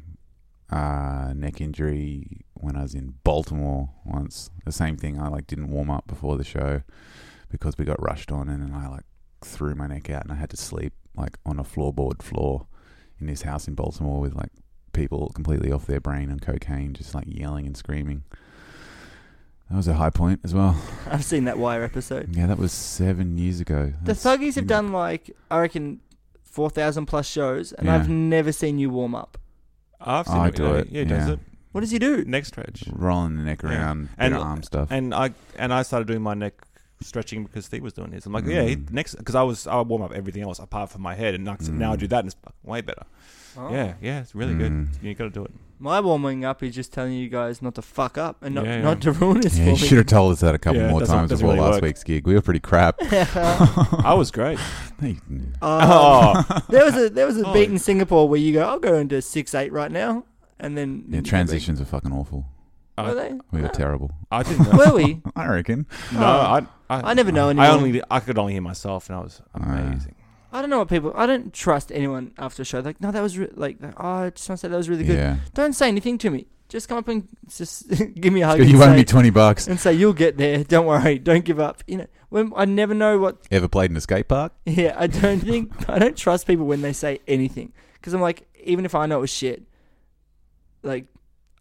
uh, neck injury when I was in Baltimore once. The same thing. I like didn't warm up before the show because we got rushed on, and then I like threw my neck out, and I had to sleep like on a floorboard floor in this house in Baltimore with like people completely off their brain on cocaine, just like yelling and screaming. That was a high point as well. I've seen that Wire episode. Yeah, that was seven years ago. The That's- Thuggies have done like I reckon four thousand plus shows, and Yeah. I've never seen you warm up. I've seen I it, do yeah, it, Yeah, does yeah. it. What does he do? Neck stretch. rolling the neck Yeah. around, bit and of arm stuff. And I and I started doing my neck stretching because Steve was doing his. I'm like, yeah, he, Mm. next because I was I warm up everything else apart from my head, and now- now I do that, and it's way better. Oh. Yeah, yeah, it's really Mm. good. You got to do it. My warming up is just telling you guys not to fuck up and not, Yeah, yeah. not to ruin it Yeah, for you me. should have told us that a couple Yeah, it more doesn't- times doesn't before really last work. week's gig. We were pretty crap. I was great. Thank you. Uh, Oh. there was a there was a Oh. beat in Singapore where you go, I'll go into six eight right now, and then Yeah, transitions are fucking awful. Were they? We were terrible. I didn't. Know. Were we? I reckon. no, I, I never know I anyone. only I could only hear myself, and I was amazing. I don't know what people. I don't trust anyone after a show. Like, no, that was re- like, oh, I just want to say that was really good. Yeah. Don't say anything to me. Just come up and just give me a hug. Good, and you owe say- me 20 bucks. and say you'll get there. Don't worry. Don't give up. You know, when I never know what. Ever played in a skate park? Yeah, I don't think I don't trust people when they say anything because I'm like, even if I know it was shit, like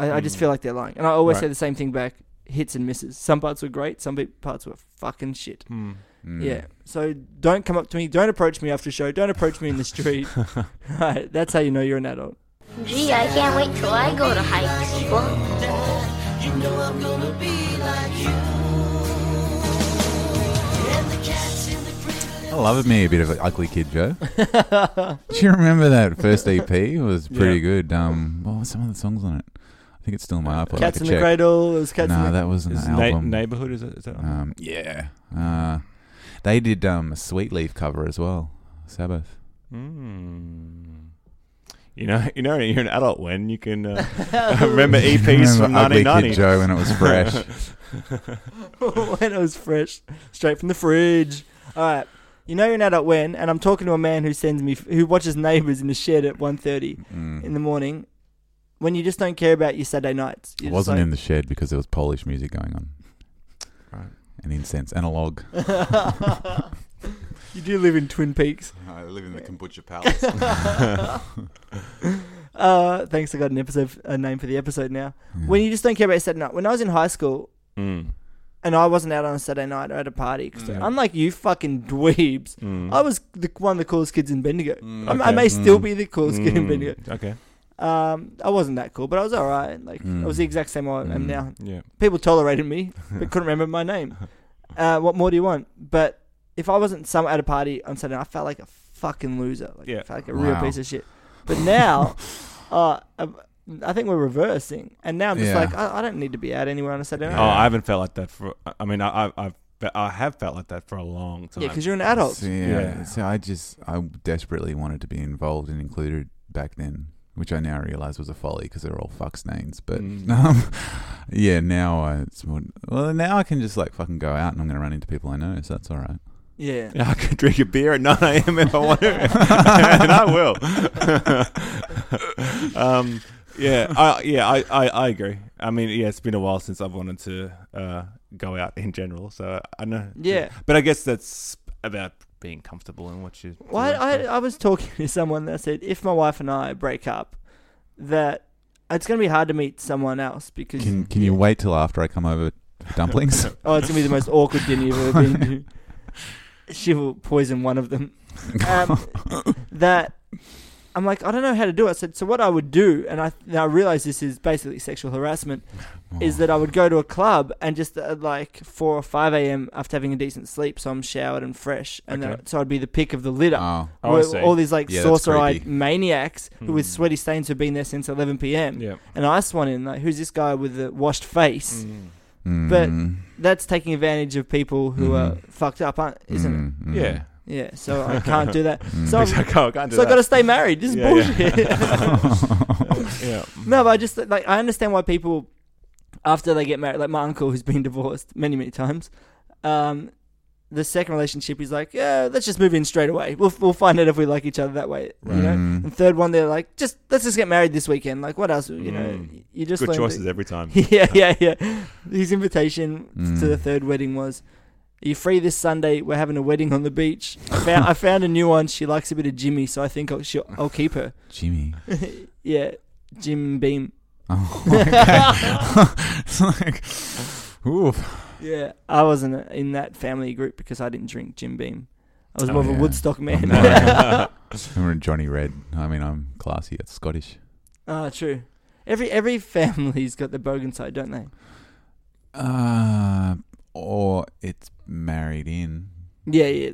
I, I just Mm. feel like they're lying, and I always Right. say the same thing back. Hits and misses. Some parts were great. Some bit- parts were fucking shit. Mm. Mm. Yeah. So don't come up to me. Don't approach me after a show. Don't approach me in the street. right. That's how you know you're an adult. Gee, I can't wait till I go to high school. I love me a bit of an ugly kid, Joe. Do you remember that first EP? It was pretty Yeah. good. Um, what were some of the songs on it? I think it's still on my iPod. I Cats could in the check. Cradle, it was Cats no, in the- that wasn't Is an na- album. neighborhood is, it, is that? on Um, yeah. Uh, they did um, a Sweet Leaf cover as well. Sabbath. Mm. You know, you know, you're an adult when you can uh, remember EPs from Remember Ugly Kid 1990. Joe when it was fresh. Mm. when it was fresh, straight from the fridge. All right, you know you're an adult when, and I'm talking to a man who sends me, who watches Neighbours in the shed at 1.30 Mm. in the morning. When you just don't care about your Saturday nights, I you're just wasn't like- in the shed because there was Polish music going on. Right. And incense and a log. you do live in Twin Peaks. I live in the kombucha uh, thanks, I got an episode, a name for the episode now. Hmm. When you just don't care about your Saturday night. When I was in high school, Mm. and I wasn't out on a Saturday night or at a party. 'cause Mm. unlike you fucking dweebs, Mm. I was the, one of the coolest kids in Bendigo. Mm, I'm- I okay. may still Mm. be the coolest kid in Mm, Bendigo. okay. Um, I wasn't that cool, but I was all right. Like Mm. I was the exact same I am Mm. now. Yeah. People tolerated me, Mm. but couldn't remember my name. Uh, what more do you want? But if I wasn't some at a party on Saturday, I felt like a fucking loser. Like, I felt like a real Wow. piece of shit. But now, uh, I- I think we're reversing, and now I'm just Yeah. like, I, I don't need to be out anywhere on a Saturday night. Oh, I haven't felt like that for. I mean, I, I, I've, fe- I have felt like that for a long time. Yeah, 'cause you're an adult. So, yeah, So I just, I desperately wanted to be involved and included back then, which I now realize was a folly because they're all fuck stains. But Mm. um, yeah, now I, it's more, well, now I can just like fucking go out and I'm going to run into people I know, so that's all right. Yeah. I could drink a beer at 9 a.m. if I want to, and I will. um, yeah, I, yeah, I, I, I agree. I mean, yeah, it's been a while since I've wanted to uh, go out in general, so I know. Yeah. but I guess that's about being comfortable in what you. Well, I, uh, I, I was talking to someone that said if my wife and I break up, that it's going to be hard to meet someone else because Can, can you wait till after I come over for dumplings? oh, it's going to be the most awkward dinner you've ever been to. She will poison one of them. Um, that I'm like, I don't know how to do it. I said, so what I would do, and I now I realize this is basically sexual harassment. is Oh. that I would go to a club and just at like four or five a.m. after having a decent sleep, so I'm showered and fresh, and Okay. then, so I'd be the pick of the litter. Oh. Oh, I Where see. all these like Yeah, that's saucer-eyed creepy. maniacs who with Hmm. sweaty stains who've been there since 11 p.m. Yeah. and I swan in like, who's this guy with a washed Hmm. face? Mm. But Mm. that's taking advantage of people Hmm. who are fucked up, aren't, isn't Mm, it? mm. Yeah. Yeah, so I can't do that. Mm. So, I'm- I can't- can't do so I that. got to stay married. This is Yeah, yeah. bullshit. Yeah. No, but I just like I understand why people after they get married, like my uncle who's been divorced many many times, um, the second relationship he's like, yeah, let's just move in straight away. We'll we'll find out if we like each other that way, you know. Mm. And third one, they're like, just let's just get married this weekend. Like what else, you know? Mm. You just Good learn choices to- every time. yeah, yeah, yeah. His invitation Mm. to the third wedding was. Are you free this Sunday? We're having a wedding on the beach. I found, I found a new one. She likes a bit of Jimmy, so I think I'll, she'll, I'll keep her. Jimmy. yeah, Jim Beam. Oh, okay. it's like, oof. yeah, I wasn't in that family group because I didn't drink Jim Beam. I was Oh, more of a yeah. Woodstock man. I'm a Johnny Red. I mean, I'm classy. It's Scottish. Ah, true. Every every family's got the bogan side, don't they? Uh, or it's married in. Yeah, yeah.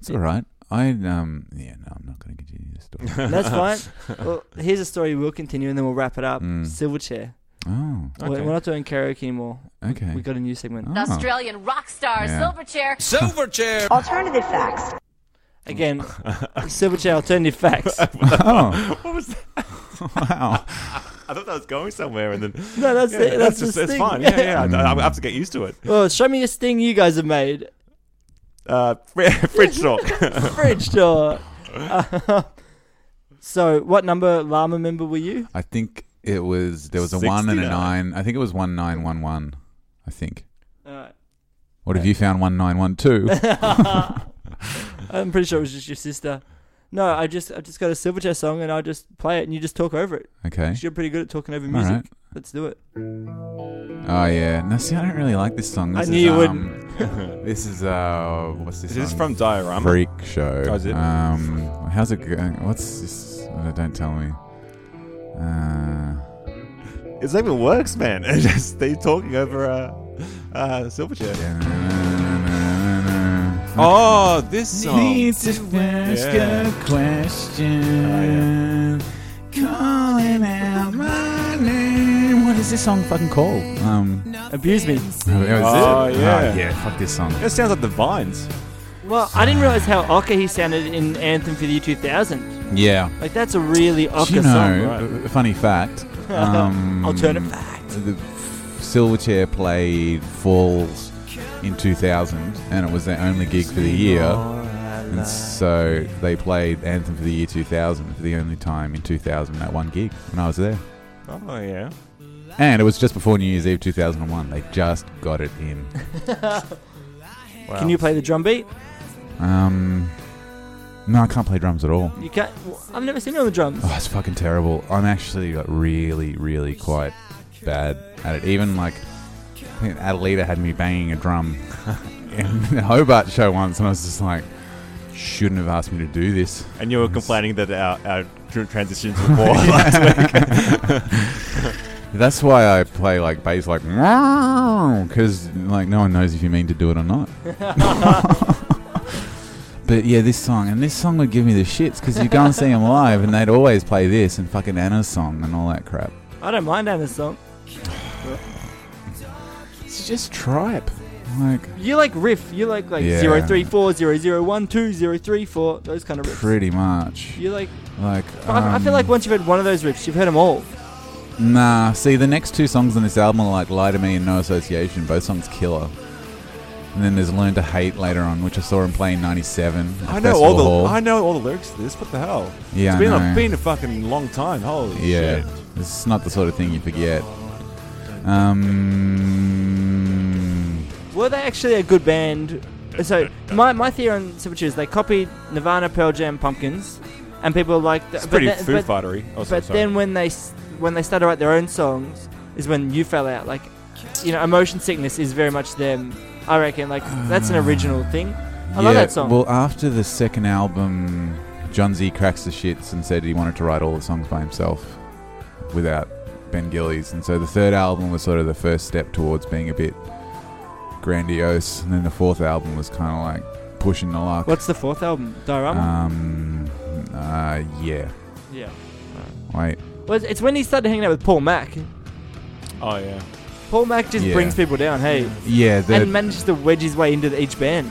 It's all right. I um yeah no I'm not going to continue this story. That's fine. well, here's a story we'll continue and then we'll wrap it up. Hmm. Mm. Silverchair. Oh. We're- We're, Okay. not doing karaoke anymore. We- Okay. We got a new segment. Oh. The Australian rock star Yeah. Silverchair. Silverchair. Alternative facts. Again, Silverchair alternative facts. What was that? Oh, Wow. I thought that was going somewhere, and then No, that's yeah, it, that's the Mm. just it's sting. fine. Yeah, yeah. I, I have to get used to it. Well, show me a sting you guys have made. Uh, fr- fridge talk. Fridge talk. Uh, so, what number llama member were you? I think it was there was a one and a 69. nine. I think it was one nine one one. I think. Alright. What have you found one nine one two? I'm pretty sure it was just your sister. No, I just I just got a Silverchair song and I just play it and you just talk over it. Okay. 'Cause You're pretty good at talking over All music. right. Let's do it. Oh yeah. No, see, I don't really like this song. I This knew is, you would. Um, this is uh, what's this? Is this on? from Diorama? Freak Show. Oh, is it? Um, how's it going? What's this? Uh, don't tell me. Uh, It's like it works, man. It's just they talking over uh, uh, Silverchair. Oh, this song. Needs to ask Yeah. a question. Calling out my name. What is this song fucking called? Um, Abuse me. Oh, yeah, Oh, is it? yeah. Oh, yeah. Fuck this song. It sounds like the Vines. Well, I didn't realize how Ocker he sounded in Anthem for the Year 2000. Yeah. Like that's a really Do Ocker you song. know, a- a funny fact. Um, Alternate fact. The Silverchair played Falls in 2000, and it was their only gig for the year. And so they played Anthem for the Year 2000 for the only time in 2000 at one gig, and I was there. Oh yeah. And it was just before New Year's Eve 2001. They just got it in. Can you play the drum beat? Um, no, I can't play drums at all. You can't. well, I've never seen you on the drums. Oh, it's fucking terrible. I'm actually like really, really quite bad at it. Even like, I think Adelita had me banging a drum in the Hobart show once, and I was just like, shouldn't have asked me to do this. And you were complaining that our, our tr- transitions were poor last week. That's why I play like bass like because like no one knows if you mean to do it or not. but yeah, this song and this song would give me the shits because you go and see them live and they'd always play this and fucking Anna's song and all that crap. I don't mind Anna's song. It's just tripe. Like You like riff. You like like Yeah. zero three four zero zero one two zero three four. Those kind of riffs. pretty much. You like. Like But I, I feel um, like once you've heard one of those riffs, you've heard them all. Nah, see, the next two songs on this album are like Lie to Me and No Association. Both songs killer. And then there's Learn to Hate later on, which I saw him play in 97. at I know Festival all the Hall. I know all the lyrics to this. What the hell? Yeah, it's been I know. a been a fucking long time. Holy yeah, shit! it's not the sort of thing you forget. Um, Were they actually a good band? So my, my theory on Silverchair is they copied Nirvana, Pearl Jam, Pumpkins, and people like. It's pretty Foo Fightery. Oh, But sorry, sorry. then when they s- when they started to write their own songs, is when you fell out. Like, you know, emotion sickness is very much them. I reckon. Like that's an original thing. I love yeah, that song. Well, after the second album, John Z cracks the shits and said he wanted to write all the songs by himself without Ben Gillies, and so the third album was sort of the first step towards being a bit grandiose, and then the fourth album was kind of like pushing the luck. What's the fourth album? Diorama. Um, uh, yeah. Yeah. Wait. Well, it's- it's when he started hanging out with Paul Mac. Oh yeah. Paul Mac just Yeah. brings people down. Hey. Yeah, the- and manages to wedge his way into the, each band.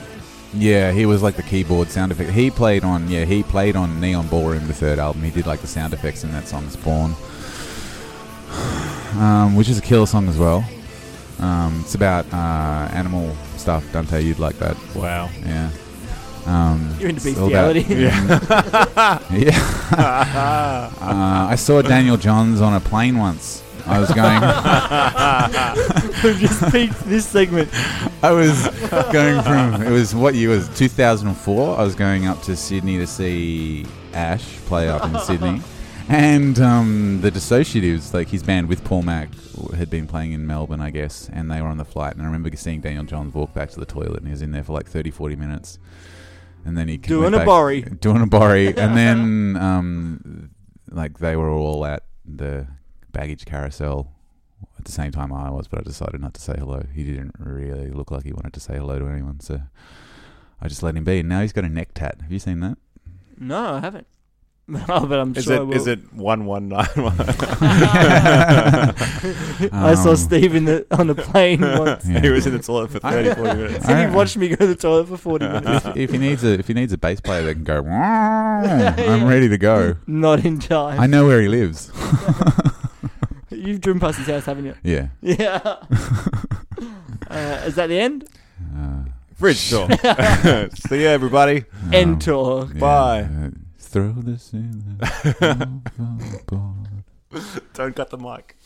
Yeah, he was like the keyboard sound effect. He played on yeah, he played on Neon Ballroom, the third album. He did like the sound effects in that song Spawn, um, which is a killer song as well. Um, it's about uh, animal stuff. Dante, you'd like that. Wow. Yeah. Um, You're into it's all about- bestiality. Yeah. yeah. uh, I saw Daniel Johns on a plane once. I was going. We've just peaked this segment. I was going from it was what year was it? 2004. I was going up to Sydney to see Ash play up in Sydney, and um, the Dissociatives, like his band with Paul Mac, w- had been playing in Melbourne, I guess, and they were on the flight. And I remember seeing Daniel Johns walk back to the toilet, and he was in there for like 30, 40 minutes, and then he came Doing a back- borry. doing a borry, and then um, like they were all at the baggage carousel at the same time I was, but I decided not to say hello. He didn't really look like he wanted to say hello to anyone, so I just let him be. And now he's got a neck tat. Have you seen that? No, I haven't. Oh, but I'm Is sure it- I will. is it 1191? I saw Um, Steve in the, on the plane once. He was in the toilet for 30, 40 minutes. and he watched me go to the toilet for 40 minutes. if, if he needs a if he needs a bass player that can go, I'm ready to go. Not in time. I know where he lives. You've driven past his house, haven't you? Yeah. Yeah. uh, is that the end? Fridge tour. See you, everybody. End tour. Bye. Yeah, uh, throw this in. The overboard. Don't cut the mic.